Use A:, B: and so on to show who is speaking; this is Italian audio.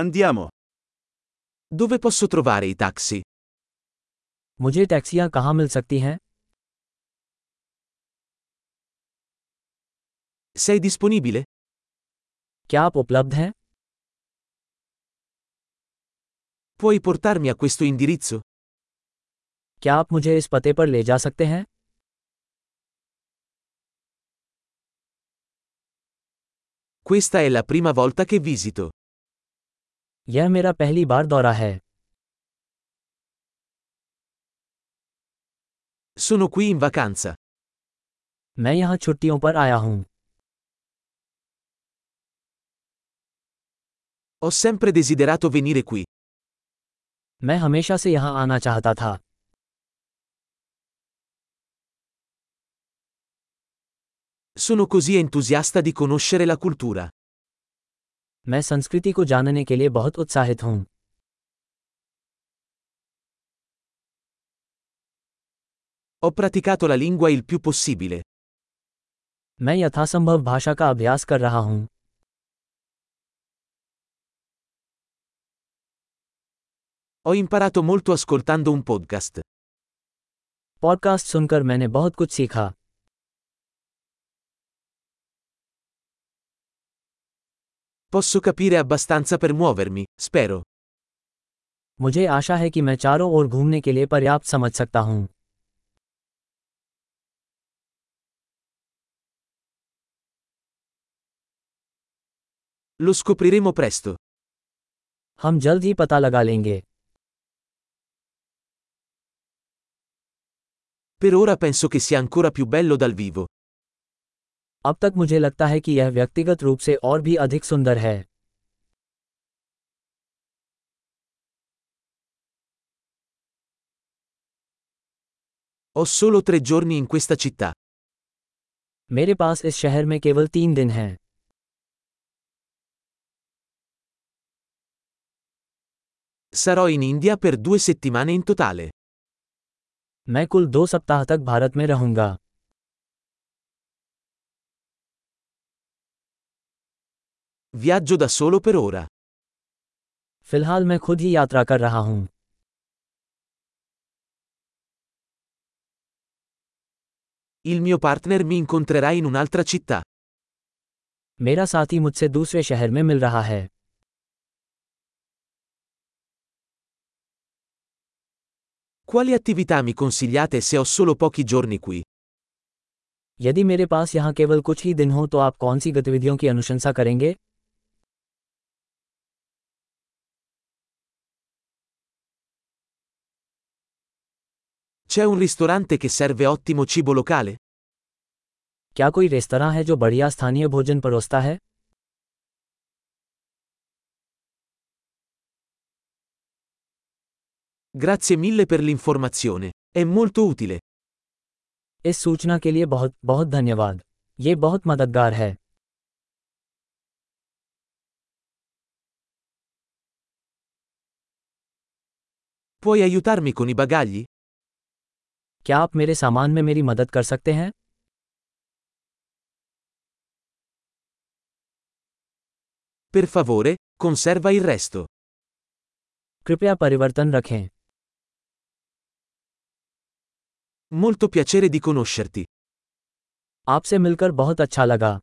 A: Andiamo. Dove posso trovare i taxi?
B: मुझे टैक्सियाँ कहाँ मिल सकती हैं
A: Sei disponibile?
B: क्या आप उपलब्ध हैं
A: Puoi portarmi a questo indirizzo?
B: क्या आप मुझे इस पते पर ले जा सकते हैं
A: Questa è la prima volta che visito.
B: यह मेरा पहली बार दौरा है
A: Sono qui in vacanza.
B: मैं यहाँ छुट्टियों पर आया हूँ
A: Ho sempre desiderato venire qui.
B: मैं हमेशा से यहाँ आना चाहता था
A: Sono così entusiasta di conoscere la cultura.
B: मैं संस्कृति को जानने के लिए बहुत उत्साहित हूँ
A: Ho praticato la lingua il più possibile.
B: मैं यथासंभव भाषा का अभ्यास कर रहा हूँ
A: Ho imparato molto ascoltando un podcast.
B: Podcast सुनकर मैंने बहुत कुछ सीखा
A: Posso capire abbastanza per muovermi, spero.
B: मुझे आशा है कि मैं चारों ओर घूमने के लिए पर्याप्त समझ सकता हूँ
A: Lo scopriremo presto.
B: हम जल्द ही पता लगा लेंगे
A: Per ora penso che sia ancora più bello dal vivo.
B: अब तक मुझे लगता है कि यह व्यक्तिगत रूप से और भी अधिक सुंदर है
A: Ho solo tre giorni in questa città.
B: मेरे पास इस शहर में केवल तीन दिन हैं
A: Sarò in India per due settimane in totale.
B: मैं कुल दो सप्ताह तक भारत में रहूंगा
A: Viaggio da solo per ora.
B: फिलहाल मैं खुद ही यात्रा कर रहा हूँ
A: Il mio partner mi incontrerà in un'altra città.
B: मेरा साथी मुझसे दूसरे शहर में मिल रहा है
A: Quali attività mi consigliate se ho solo pochi giorni qui?
B: यदि मेरे पास यहाँ केवल कुछ ही दिन हो तो आप कौन सी गतिविधियों की अनुशंसा करेंगे
A: C'è un ristorante che serve ottimo cibo locale?
B: क्या कोई रेस्तरां है जो बढ़िया स्थानीय भोजन परोसता है
A: Grazie mille per l'informazione. È molto utile.
B: इस सूचना के लिए बहुत बहुत धन्यवाद ये बहुत मददगार है
A: Puoi aiutarmi con i bagagli?
B: क्या आप मेरे सामान में मेरी मदद कर सकते हैं
A: Per favore, conserva il resto.
B: कृपया परिवर्तन रखें
A: Molto piacere di conoscerti.
B: आपसे मिलकर बहुत अच्छा लगा